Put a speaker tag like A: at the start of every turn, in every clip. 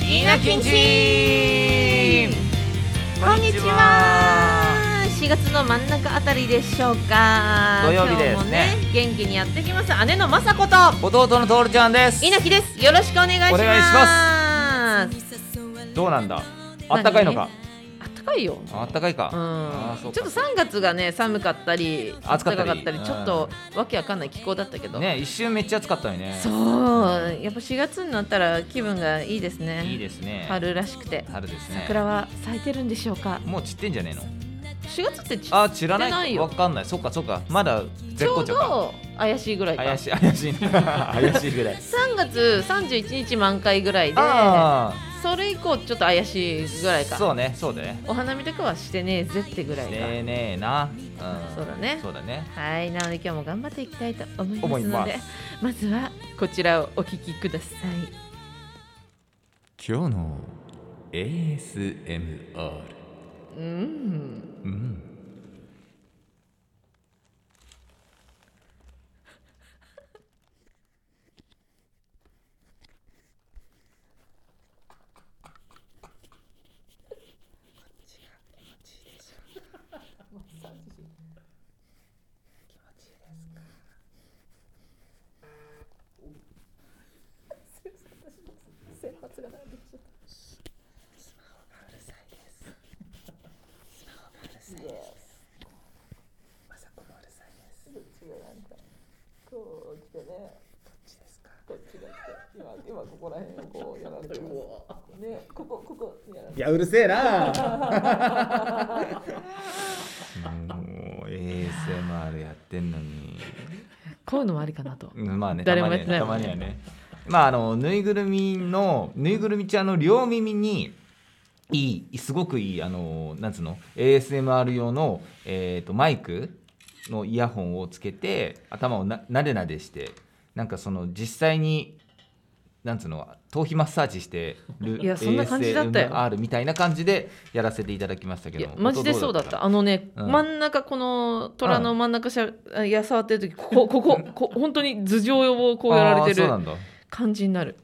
A: ニーナキンチ
B: こんにちは。4月の真ん中あたりでしょうか。
A: 土曜日ですね
B: 今日も元気にやってきます。姉の雅子と
A: 弟のトールちゃんです
B: 稲木です。よろしくお願いします。
A: お願いし
B: し
A: どうなんだあったかいのか
B: ます。あったかいよ。
A: ああったかいかあー
B: う、
A: そうん
B: ち
A: か
B: ょっと3月がね寒かったり
A: 暑かったり
B: 暖ちょっとわけわかんない気候だったけど、
A: ね一瞬めっちゃ暑かったよね
B: そうやっぱ4月になったら気分がいいですね
A: いいですね
B: 春らしくて
A: 春ですね
B: 桜は咲いてるんでしょうか
A: もう散ってんじゃねえの
B: 4月ってち
A: あ散らな
B: 散ってないい
A: か
B: よ
A: わかんないそっかそっかまだ
B: ち
A: 絶
B: ょ
A: 好
B: う
A: 調か
B: ど怪しいぐらいか
A: 怪しい 怪しいね怪しいぐらい
B: 3月31日満開ぐらいで
A: あ
B: それ以降ちょっと怪しいぐらい
A: あ
B: か
A: そうねそうだね
B: お花見とかはしてねえぜってぐらいか、
A: ねえねえなうん
B: そうだね
A: そうだね
B: はいなので今日も頑張っていきたいと思い
A: 思
B: ま
A: い
B: す
A: ま
B: の
A: す
B: でまずはこちらをお聞きください
A: 今日の ASMR
B: うん
A: うんいやうるせえな もう ASMR やってんのに
B: こういうのもありかなと
A: うんまあね
B: 誰もやってない
A: たまにはねたまにはねまああのぬいぐるみのぬいぐるみちゃんの両耳にいいすごくいいあのなんつうの ASMR 用の、えー、とマイクのイヤホンをつけて頭をななでなでしてなんかその実際になんつうの頭皮マッサージしてる
B: いやそんな感じだったよ
A: ASMR みたいな感じでやらせていただきましたけ
B: い
A: ど
B: やマジでそうだったあのね、
A: うん
B: 真ん中この虎の真ん中しゃ、いや触ってる時こここここ本当に頭上をこうやられて
A: あーそう
B: る
A: なんだ
B: 感じになる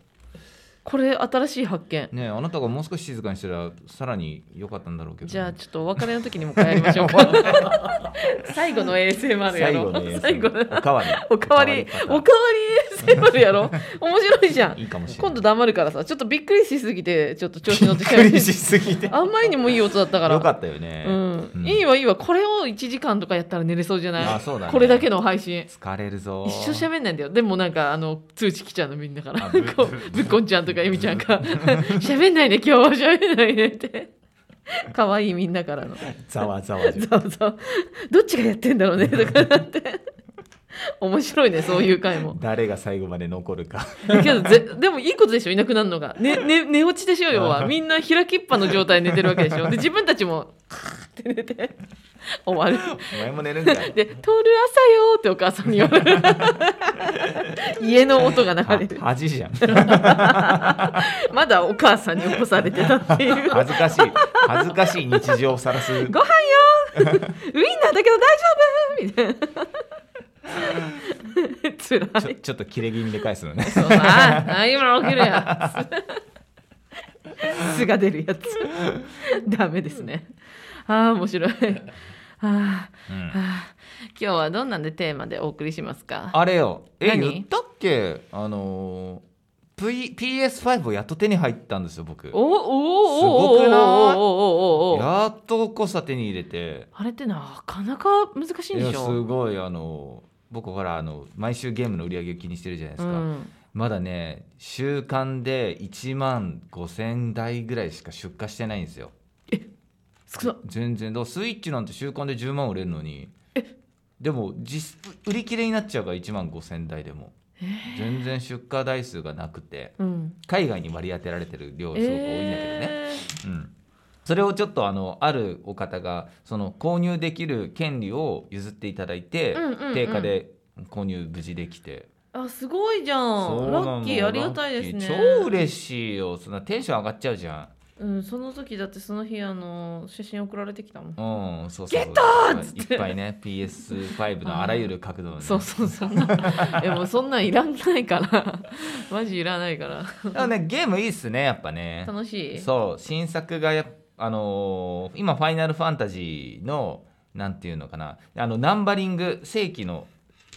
B: これ新しい発見
A: ねえあなたがもう少し静かにしたらさらに良かったんだろうけどね、
B: じゃあちょっとお別れの時にもう一回やりましょう か最後の ASMR やろう最後
A: お
B: の
A: かわり
B: おかわり
A: おか
B: お
A: わ
B: かわり ASMR やろう面白いじゃ
A: りい
B: ん
A: いかもしれない
B: 今度黙るからさちょっとびっくりしすぎてちょっと調子乗ってき
A: びっ くりしすぎてよ
B: あんまりにもいい音だったから
A: かったよね、
B: うん
A: うん
B: いいわいいわこれを1時間とかやったら寝れそうじゃない
A: あそうだね
B: これだけの配信
A: 疲れるぞ
B: 一生喋んないんだよでもなんかあの通知来ちゃうのみんなから
A: あ
B: こ
A: ぶ
B: うぶっこんちゃんとかえみちゃんが 喋んないで今日は喋んないでって可愛いみんなからの
A: ざわざわじゃん
B: そうそうどっちがやってんだろうねとかなって面白いねそういう回 も
A: 誰が最後まで残るか
B: けどぜでもいいことでしょいなくなるのが、ねね、寝落ちでしょ要はみんな開きっぱの状態で寝てるわけでしょで自分たちもカーって寝て終わる
A: お前も寝るんか い
B: で「徹る朝よ」ってお母さんに言われる家の音が流れる
A: は恥じゃん
B: まだお母さんに起こされてたっていう
A: 恥ずか しい恥ずかしい日常をさらす
B: ご飯よウインナーだけど大丈夫みたいなつら
A: ちょ
B: い
A: ちょっと切れ気味で返すのね
B: そうああ今起きるやん素が出るやつダメですねああ面白いあ
A: う
B: あ
A: ん
B: ああ今日はどんなんでテーマでお送りしますか
A: あれよえ
B: 何
A: 言ったっけあのー P- PS5 をやっと手に入ったんですよ僕
B: おおおおおおおおおおお
A: すごくない
B: おおお
A: やっとこさ手に入れて
B: あれってなかなか難しいん
A: い
B: で
A: や
B: し
A: す
B: ょ
A: ごいあの僕ほらあの毎週ゲームの売り上げを気にしてるじゃないですか、
B: うん
A: まだね週間で1万5000台ぐらいしか出荷してないんですよ
B: 少な
A: 全然だからスイッチなんて週間で10万売れるのにでも実売り切れになっちゃうから1万5000台でも、全然出荷台数がなくて
B: うん
A: 海外に割り当てられてる量すごく多いんだけどね、
B: え
A: うん、それをちょっとあのあるお方がその購入できる権利を譲っていただいて、
B: うんうんうん
A: 定価で購入無事でき
B: ー
A: て、
B: あすごいじゃ
A: そうんな
B: ラ
A: の
B: ッキーありがたいですね
A: ラッキー超嬉しいよそんなテンション上がっちゃうじゃん
B: うん、その時だってその日あの写真送られてきたもん。
A: うん、そうそうそう
B: ゲットー
A: は
B: っ
A: い
B: つっ
A: い
B: て
A: っぱいね PS5 のあらゆる角度のね
B: そうそうそんな。 でもそんなんいらんないから。 マジいらないから。
A: でもねゲームいいっすねやっぱね
B: 楽しい。
A: そう新作がやっあのー今「ファイナルファンタジー」のなんていうのかなあのナンバリング正規の、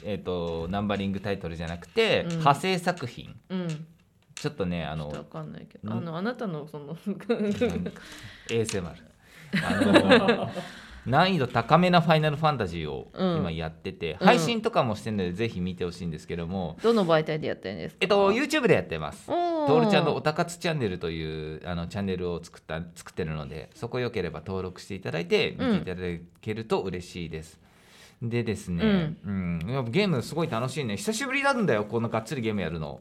A: えー、とナンバリングタイトルじゃなくて、
B: うん
A: 派生作品
B: うん。ち
A: ちょっとねあ
B: ょっ
A: の
B: とわかんないけ
A: う
B: ど。
A: ん
B: あのあなたのその
A: ASMR あ の難易度高めな「ファイナルファンタジー」を今やってて、
B: うん
A: 配信とかもしてるのでぜひ見てほしいんですけども、
B: どの媒体でやってるんですか。
A: えっと YouTube でやってます。
B: おー
A: トールちゃんのおたかつチャンネルというあのチャンネルを作った作ってるのでそこよければ登録していただいて見ていただけると嬉しいです。でですね、うんやっぱゲームすごい楽しいね久しぶりなんだよこのがっつりゲームやるの。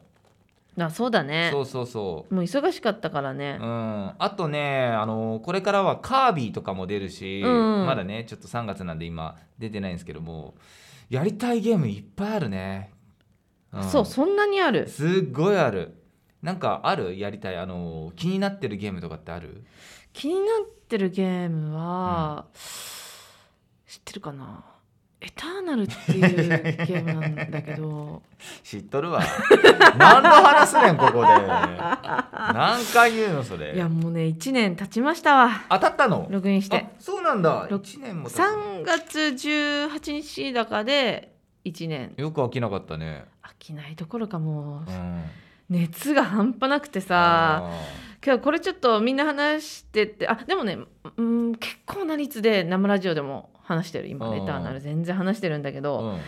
B: あそうだね
A: そうそうそう。
B: もう忙しかったから
A: う
B: ね
A: ん、、あとねあのこれからはカービィとかも出るし、
B: うん
A: まだねちょっと3月なんで今出てないんですけどもやりたいゲームいっぱいあるね、ん
B: そうそんなにある
A: すっごいあるなんかあるやりたいあの気になってるゲームとかってある
B: 気になってるゲームは、知ってるかなエターナルっていうゲームなんだけ ど
A: 知っとるわ何の話すねんここで何回言うのそ
B: い
A: れ
B: やもうね1年経ちましたわ
A: 当たったの
B: ログインして
A: あそうなんだ
B: ろ
A: 1年も経つ
B: 3月18日だかで1年
A: よく飽きなかったね、
B: 飽きないどころかもう
A: うん、
B: 熱が半端なくてさ今日これちょっとみんな話しててあでもねうん結構な率で生ラジオでも話してる今
A: うん
B: レターなら全然話してるんだけ
A: あ
B: ど、
A: ーうん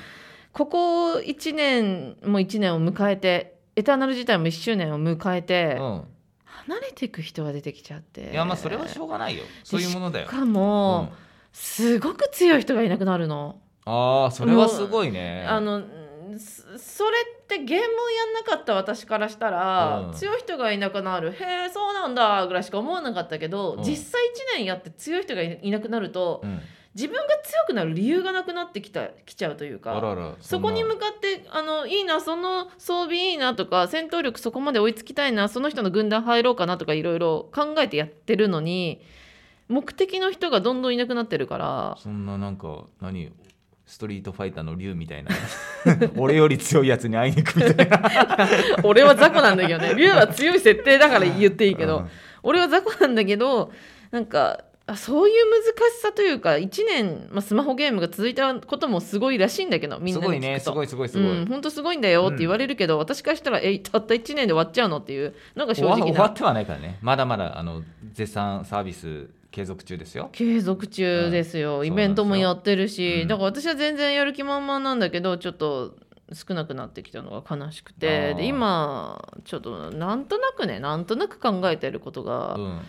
B: ここ1年も1年を迎えてエターナル自体も1周年を迎えて、
A: うん
B: 離れていく人が出てきちゃって
A: いやまあそれはしょうがないよそういうものだよ
B: し、か
A: うん
B: も、すごく強い人がいなくなるの。
A: ああそれはすごいね
B: あのうんそそれってゲームをやんなかった私からしたら、
A: うん
B: 強い人がいなくなる「へえそうなんだ」ぐらいしか思わなかったけど、
A: うん
B: 実際1年やって強い人がいいなくなると
A: うん、
B: 自分が強くなる理由がなくなってきたきちゃうという
A: あ
B: から
A: あら
B: そこに
A: んな
B: 向かってあのいいなその装備いいなとか戦闘力そこまで追いつきたいなその人の軍団入ろうかなとかいろいろ考えてやってるのに目的の人がどんどんいなくなってる から。
A: そんななんか何ストリートファイターの竜みたいな 俺より強いやつに会いに行くみたいな
B: 俺は雑魚なんだけどね竜は強い設定だから言っていいけど、
A: うん
B: 俺は雑魚なんだけどなんかあそういう難しさというか1年、まあ、スマホゲームが続いたこともすごいらしいんだけどみん
A: す
B: なに
A: ごい
B: 聞
A: ね
B: く
A: す
B: と。
A: ごいすごいすごい、
B: うん、本当すごいんだよって言われるけど、私からしたらえたった1年で終わっちゃうのっていうのが
A: 終
B: 正
A: わ
B: 直
A: 終わ
B: な
A: ってはないからねまだまだあの絶賛サービス継続中ですよ
B: 継続中ですよ、
A: うん
B: イベントもやってるし、
A: うん
B: だから私は全然やる気満々なんだけどちょっと少なくなってきたのが悲しく
A: あ
B: て
A: ー
B: で今ちょっとなんとなくねなんとなく考えてることが、
A: うん、うん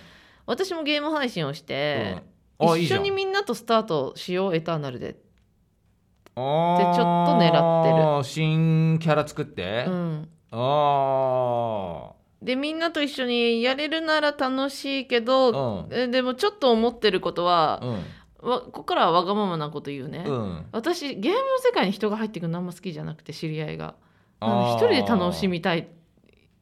B: 私もゲーム配信をして、
A: あいい
B: 一
A: じゃ
B: 緒
A: ん
B: にみんなとスタートしようエターナルで、
A: あー
B: でちょっと狙
A: 新キャラ作って、
B: うん、
A: あ
B: でみんなと一緒にやれるなら楽しいけ
A: あ
B: ど、
A: うん
B: えでもちょっと思ってることは、
A: うん
B: わここからはわがままなこと言うね、
A: うん
B: 私ゲームの世界に人が入ってくるのあんま好きじゃなくて知り合いがな
A: あー
B: ので一人で楽しみたい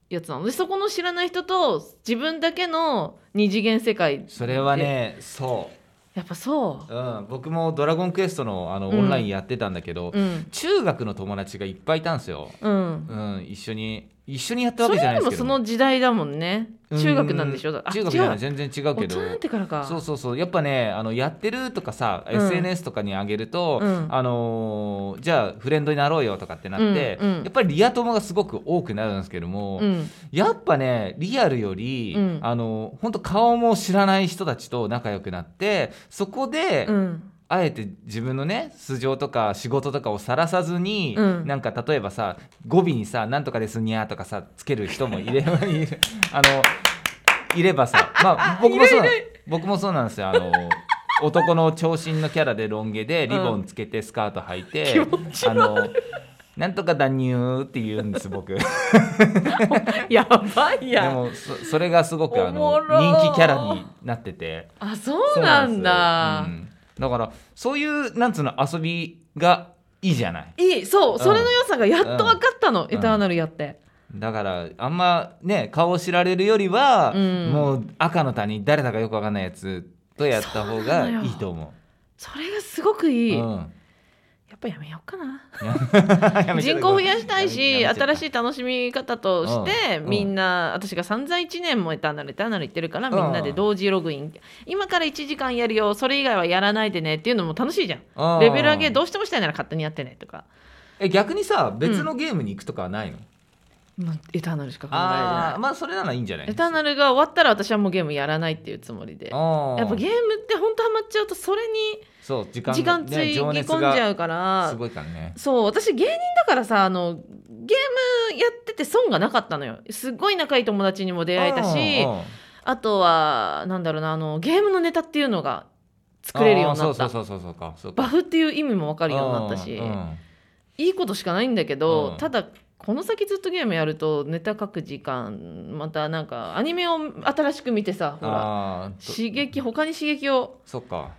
B: やつなのでそこの知らない人と自分だけの二次元世界
A: それはねそ、
B: やっぱそう
A: うん、僕も「ドラゴンクエストの」あの
B: うん
A: オンラインやってたんだけど、
B: ううん
A: 中学の友達がいっぱいいたんですよ、
B: うん
A: うん、一緒に一緒にやったわ
B: そ
A: け
B: れ
A: じゃない
B: でも
A: ですけ
B: そ
A: ど
B: の時代だもんね
A: うん
B: 中学なんでしょだあ
A: 中学じゃない
B: 違う
A: 全然違う
B: 大
A: けど
B: 人になってからか
A: そうそうそうやっぱねあのやってるとかさ、
B: うん
A: SNS とかに上げると、
B: うん
A: あのーじゃあフレンドになろうよとかってなって、
B: うんうん
A: やっぱりリア友がすごく多くなるんですけども、
B: うん
A: やっぱねリアルより、
B: うん
A: あの本当顔も知らない人たちと仲良くなってそこで、
B: うん
A: あえて自分のね素性とか仕事とかをさらさずに、
B: うん
A: なんか例えばさ語尾にさ「なんとかですにゃ」とかさつける人もいれ いるあのいればさ、まあ、僕もそうなん僕もそうなんですよあの男の長身のキャラでロン毛でリボンつけてスカート履いて、
B: 気持ち悪い
A: あのなんとかだにゅーって言うんです僕。
B: やばい
A: で
B: や
A: もそそれがすごくあ
B: お
A: の
B: もろー
A: 人気キャラになってて
B: あそうなんだ
A: そうなんですようんだからそういうなんつうの遊びがいいじゃない
B: いいそううんそれの良さがやっと分かったの
A: ん
B: エターナルやって
A: だからあんまね顔を知られるよりは、
B: うん
A: もう赤の他人誰だかよくわかんないやつとやった方がいいと思
B: それがすごく
A: う。
B: いい、
A: う
B: や
A: ん
B: っぱやめようかな
A: やめちゃっ
B: 人
A: た
B: 口増やしたいし
A: やめちゃっ
B: 新
A: た
B: しい楽しみ方として、
A: うん
B: みんな私が散々1年もエターナルエターナル言ってるからみんなで同時ログイン、今から1時間やるよそれ以外はやらないでねっていうのも楽しいじゃん
A: うん
B: レベル上げどうしてもしたいなら勝手にやってねとか、
A: え逆にさ別のゲームに行くとかはないの、
B: まあ、エターナルしか考え
A: ああ
B: れ
A: まあそれならいいんじゃな
B: ないいエターナルが終わったら私はもうゲームやらないっていうつもりでや
A: あー
B: っぱゲームって本当ハマっちゃうとそれに
A: そう時間
B: 時間つ
A: ね
B: ぎ
A: 情
B: 込ん
A: 熱
B: じ
A: が
B: ゃうから
A: すごいからね
B: そう私芸人だからさあのゲームやってて損がなかったのよすっごい仲いい友達にも出会えたし
A: うんうん
B: あとはなんだろうなあのゲームのネタっていうのが作れるようになっ
A: あー
B: た
A: そうそうそうそうそうかそうか
B: バフっていう意味も分かるようになったし、
A: うんうん
B: いいことしかないんだけど、
A: うん
B: ただこの先ずっとゲームやるとネタ書く時間またなんかアニメを新しく見てさほら
A: あーと
B: 刺激他に刺激を
A: そっか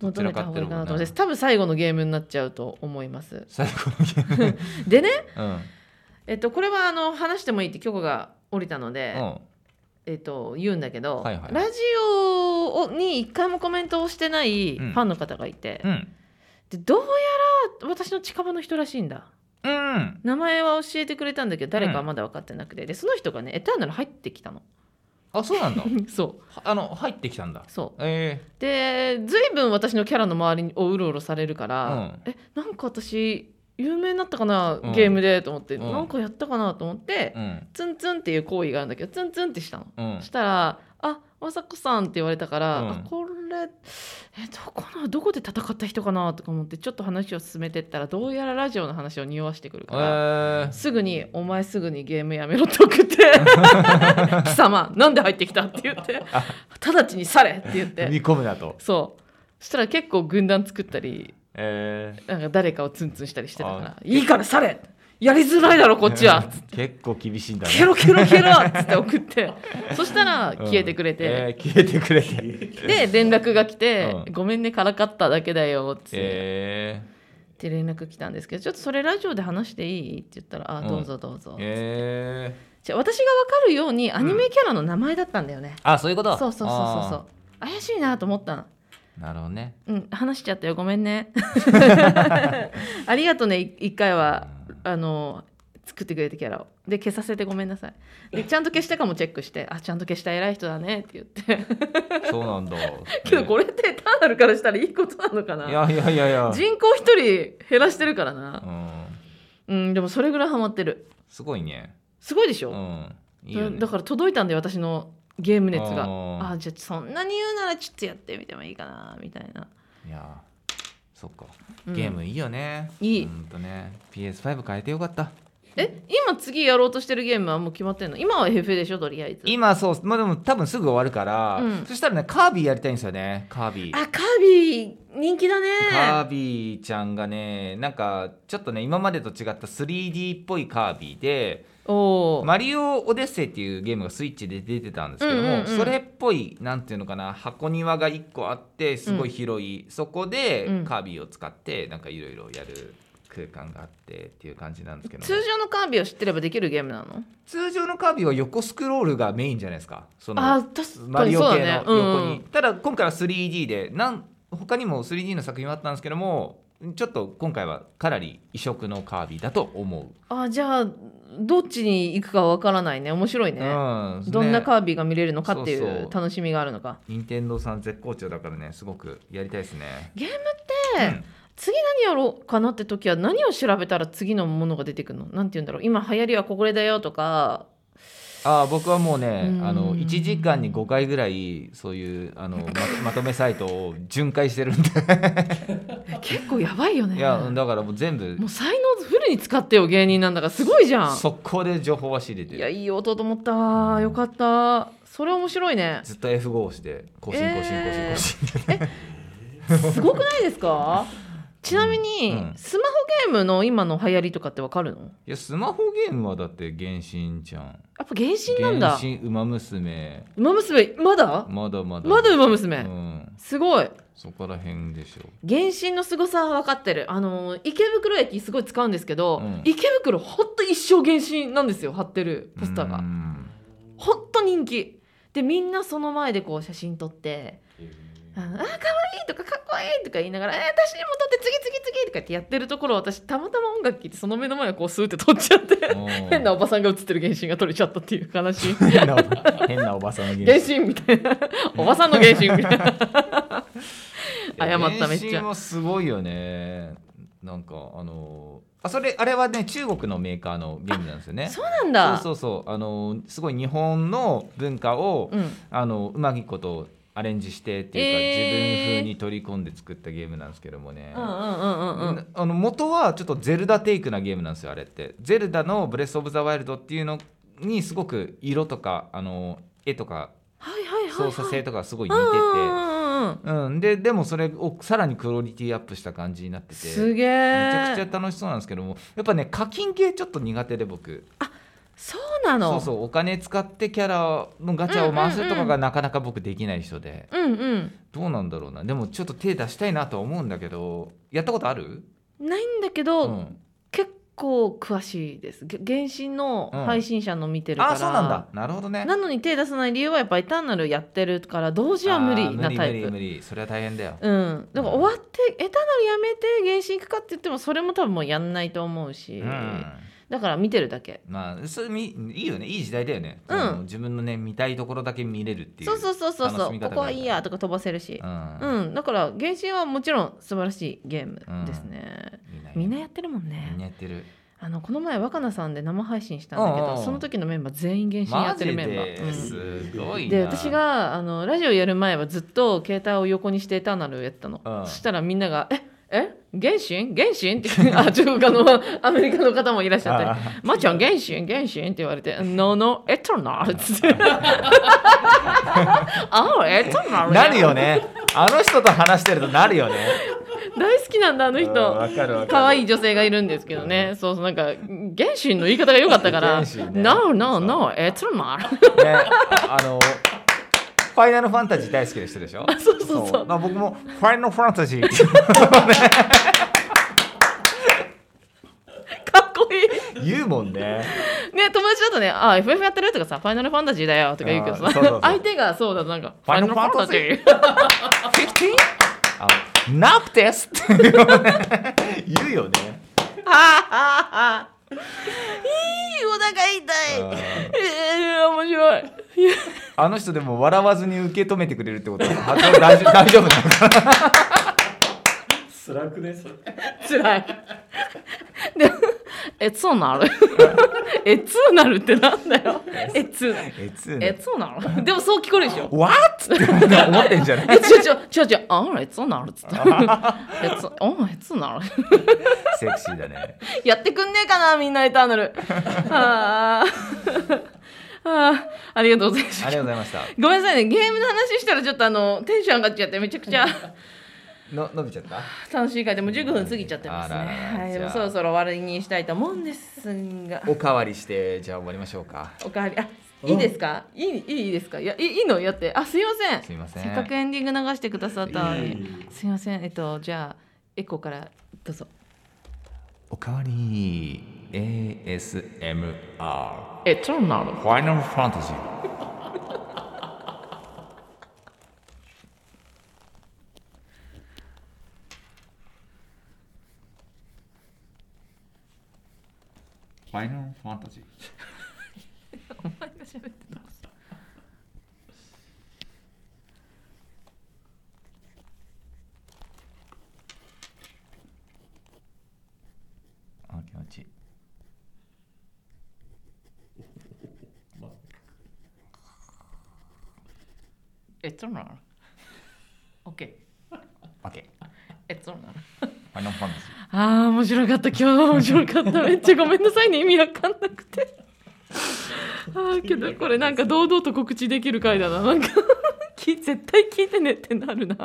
B: 求めた方がいいかなと思
A: どちらかってるもん
B: っ
A: ね
B: て、多分最後のゲームになっちゃうと思います
A: 最後のゲーム
B: でね、
A: うん
B: えっと、これはあの話してもいいって許可が下りたので、
A: うん
B: えっと、言うんだけど、
A: はいはい
B: ラジオをに一回もコメントをしてないファンの方がいて、
A: うん
B: でどうやら私の近場の人らしいんだ
A: うん
B: 名前は教えてくれたんだけど誰かはまだ分かってなくて、でその人がねエターナル入ってきたの
A: あそう なんだ
B: そう
A: はあの入ってきたんだ
B: そう
A: え
B: でずいぶん私のキャラの周りをうろうろされるから、
A: う
B: えなんか私有名になったかな
A: うん
B: ゲームでと思って、
A: うん
B: なんかやったかなと思って
A: ー、うん
B: ツンツンっていう行為があるんだけどツンツンってしたの、
A: うん
B: したら「あまさこさん」って言われたから「
A: うん
B: あこれえどこのどこで戦った人かな?」とか思ってちょっと話を進めてったらどうやらラジオの話を匂わしてくる
A: え
B: から、
A: ー
B: すぐに「お前すぐにゲームやめろ」と 送って「貴様なんで入ってきた?」って言 って「直ちに去れ!」って言っ
A: 踏
B: て
A: み込むなと
B: そうそしたら結構軍団作ったり
A: えー
B: なんか誰かをツンツンしたりしてたか
A: あ
B: ら「いいから去れやりづらいだろこっちは」
A: 結構厳しいんだね
B: ケロケロケロっつって送 ってそしたら消えてくれて、
A: えー消えてくれて
B: で連絡が来て「
A: うん
B: ごめんねからかっただけだよ」っつって。
A: え
B: って連絡来たんですけどちょっとそれラジオで話していいって言ったら「あ
A: うん
B: どうぞどうぞ」
A: ーえ
B: じゃあ私が分かるようにアニメキャラの名前だったんだよね、
A: ーあそういうこと
B: そうそうそうそうそう怪しいなと思ったの
A: うなるほどね
B: うん話しちゃったよごめんね ありがとねい一回はあの作ってくれたキャラをで消させてごめんなさいでちゃんと消したかもチェックしてあちゃんと消した偉い人だねって言って
A: そうなんだ
B: けどこ
A: れ
B: れって単なるからしたらいいことなのか
A: い
B: な
A: やいやいやいや
B: 人口一人減らしてるから
A: う
B: な、
A: ん
B: うん、でもそれぐらいハマってる
A: すごいね
B: すごいでしょ、
A: うんいいよね
B: だだから届いたんで私のゲーム熱が
A: あー
B: あじゃあそんなに言うならちょっとやってみてもいいかなみたいない
A: やそっか
B: うん
A: ゲームいいよね、
B: いい
A: ほんとね PS5 変えてよかった
B: え今次やろうとしてるゲームはもう決まってんの今は FF でしょとりあえず
A: 今そうまあでも多分すぐ終わるから、
B: うん
A: そしたらねカービィやりたいんですよねカービィ
B: あカービィ人気だ
A: カ
B: ね
A: ービィちゃんがねなんかちょっとね今までと違った 3D っぽいカービィで
B: おお、
A: マリオ・オデッセイっていうゲームがスイッチで出てたんですけども、
B: うんうんうん
A: それっぽいなんていうのかな箱庭が1個あってすごい広い、そこで
B: うん
A: カービィを使ってなんかいろいろやる空間があってっていう感じなんですけども
B: 通常のカービィを知ってればできるゲームなの
A: 通常のカービィは横スクロールがメインじゃないですかその
B: あ確
A: マ
B: かに
A: リオ
B: そうだ
A: 系の
B: ね
A: 横
B: う
A: に、
B: んうん
A: ただ今回は 3D でなん他にも 3D の作品はあったんですけどもちょっと今回はかなり異色のカービィだと思う、
B: あじゃあどっちに行くかわからないね面白いね、
A: うん
B: どんな
A: ービィ
B: カービィが見れるのかってい
A: そうそうう
B: 楽しみがあるのか
A: 任天堂さん絶好調だからねすごくやりたいですね
B: ゲームって、
A: うん
B: 次何やろうかなって時は何を調べたら次のものが出てくるのなんて言うんだろう今流行りはこれだよとか
A: ああ僕はもうね
B: うん
A: あの1時間に5回ぐらいそういうあの ままとめサイトを巡回してるんで
B: 結構やばいよね
A: いやだからもう全部
B: もう才能フルに使ってよ芸人なんだからすごいじゃん
A: 速攻で情報は仕入れて
B: い
A: る
B: やいい音と思ったわよかったそれ面白いね
A: ずっと F5 を押して更新更新更新更新、
B: すごくないです かちなみに、
A: うん
B: スマホゲームの今の流行りとかってわかるの
A: いやスマホゲームはだって原神じゃん
B: やっぱ原神なんだ
A: 原神ウマ娘
B: ウマ娘まだ
A: まだまだ
B: まだウマ娘
A: うん
B: すごい
A: そこら辺でしょ
B: 原神の凄さは分かってるあの池袋駅すごい使うんですけど、
A: うん
B: 池袋ほんと一生原神なんですよ貼ってる
A: う
B: ポスター
A: う
B: が
A: ん
B: ほんと人気でみんなその前でこう写真撮って「ああー可愛いとか「かっこいい」とか言いながら「えー私にも撮って次次次」とかってやってるところ私たまたま音楽聴いてその目の前をこうスーって撮っちゃ って
A: おー
B: 変なおばさんが写ってる原神が撮れちゃったっていう悲 しい
A: 変なおば変なおばさんの
B: 原神みたいなおばさんの原神みたいな謝っためっち
A: 原神
B: ゃ
A: もすごいよねなんかあのあそれあれはね中国のメーカーのゲームなんですよね
B: そうなんだ
A: そうそうそうあのすごい日本の文化を、
B: うん
A: あのうまいことアレンジしてっていうか、
B: えー
A: 自分風に取り込んで作ったゲームなんですけどもね、
B: うんうんうんうんうん
A: あの元はちょっとゼルダテイクなゲームなんですよあれってゼルダの「ブレス・オブ・ザ・ワイルド」っていうのにすごく色とかあの絵とか
B: はいはいはいはい
A: 操作性とかすごい似
B: うん
A: てて、
B: うんうんうん
A: うん、ででもそれをさらにクオリティアップした感じになってて
B: すげ
A: めちゃくちゃ
B: え
A: 楽しそうなんですけどもやっぱね課金系ちょっと苦手で僕
B: そうな
A: そ
B: の
A: うそうお金使ってキャラのガチャを回す
B: う
A: と
B: んう
A: か
B: んう
A: がなかなか僕できない人で
B: うんうん
A: どうなんだろうなでもちょっと手出したいなとは思うんだけどやったことある、
B: ないんだけ
A: う
B: ど、
A: ん、
B: 結構詳しいですげ原神の配信者の見てるから、
A: ああそうなんだなるほどね
B: なのに手出さない理由はやっぱり単なるやってるから同時は無
A: あー
B: 理なタイプ
A: 無理無理無理それは大変だよ
B: うん、だから終わってエターナルやめて原神行くかって言ってもそれも多分もうやんないと思うし、
A: うん
B: だから見てるだけ
A: まあそれみいいよねいい時代だよね、
B: うん
A: あの自分のね見たいところだけ見れるっていう
B: そうそうそうそうそ
A: 楽
B: う
A: しみ
B: こ
A: 方が
B: こはいいやとか飛ばせるし
A: う、ん、
B: うんだから原神はもちろん素晴らしいゲームですね、
A: みんな
B: みんなやってるもんね
A: みんなやってる
B: あのこの前若菜さんで生配信したんだけ
A: うんう
B: ど
A: んうん
B: その時のメンバー全員原神やってるメンバー、
A: マ
B: うん
A: ジですごいな
B: で私があのラジオやる前はずっと携帯を横にしてエターナルをやってたの、
A: うん
B: そしたらみんなが「ええ原神原神?」って あちょっとあのアメリカの方もいらっしゃ
A: あ
B: って「まっちゃん原神原神?」って言われ て「No no エターナル」っつって「あエターナル」
A: なるよねあの人と話してるとなるよね
B: 大好きなんだあの人
A: うんわかるわかる
B: 可愛い女性がいるんですけどね、そうそうなんか原神の言い方が良かったから
A: 原神ね
B: No no no エターナル」
A: ねああのファイナルファンタジー大好きな人でしょ
B: そうそうそう
A: まあ、僕もファイナルファンタジー
B: かっこいい
A: 言うもんね
B: ね、友達だとね、あ、FF やってるとかさ、ファイナルファンタジーだよとか言うけど
A: あー
B: さ、
A: そうそうそう
B: 相手がそうだ、なんか、
A: ファイナルファンタジー
B: ファイナルファンタジー。
A: 15? あのナプテスって言うよね言うよね
B: は あはあはあいい、お腹痛い。えー、面白い。いや
A: あの人でも笑わずに受け止めてくれるってことは発音大丈夫大丈夫なのか
C: 辛くねそれ
B: 辛い。で、えつう なる。えつうなるってなんだよ。えつう。
A: えつう
B: え
A: ね
B: つうなる。でもそう聞こえるでしょ。
A: What? って思ってんじゃない
B: え、ちょちょちょちょ、あん、えつうなるっつ って。えつ、あん、えつうなる。
A: セクシーだね
B: やってくんねえかなみんなエターナルあーあーありがとうございまし
A: あ
B: た
A: りがとうございました
B: ごめんなさいねゲームの話したらちょっとあのテンション上がっちゃってめちゃ くちゃ
A: の伸びちゃった
B: 楽しい回でもう15分過ぎちゃってますね
A: あららら
B: はい
A: じゃあ
B: もうそろそろ終わりにしたいと思うんですが
A: おかわりしてじゃあ終わりましょうか
B: おかわりあいいですかいいいいいいですかいやいいいいのやってあすいません
A: すいません
B: せっかくエンディング流してくださったの
C: いえい
B: にすいませんえっとじゃあエコーからどうぞ
A: おかわり ASMR フ
B: エターナル
A: ァイナルファンタジーファイナルファンタジー
B: お前が喋ってた
A: あ気持ちいい
B: エターナルオッケー
A: OK
B: えそうなの
A: ファイナルファンタジー
B: ああ面白かった今日は面白か っためっちゃごめんなさいね意味わかんなくてああけどこれなんか堂々と告知できる回だななんか き絶対聞いてねってなるな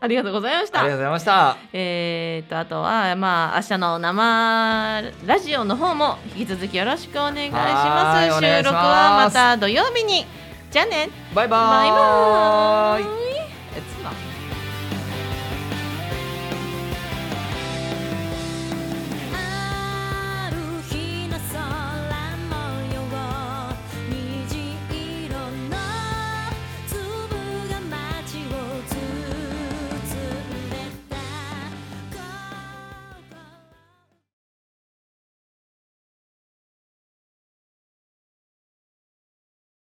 B: ありがとうございまし
A: ありがと
B: た
A: うございました
B: えー、とあとはまあ明日の生ラジオの方も引き続きよろしくお願いし
A: は
B: ま
A: ーい
B: す
A: お願
B: 収
A: いします
B: 録はまた土曜日にじゃあね
A: バイバ
B: バイバ
A: ーイ
B: ーイ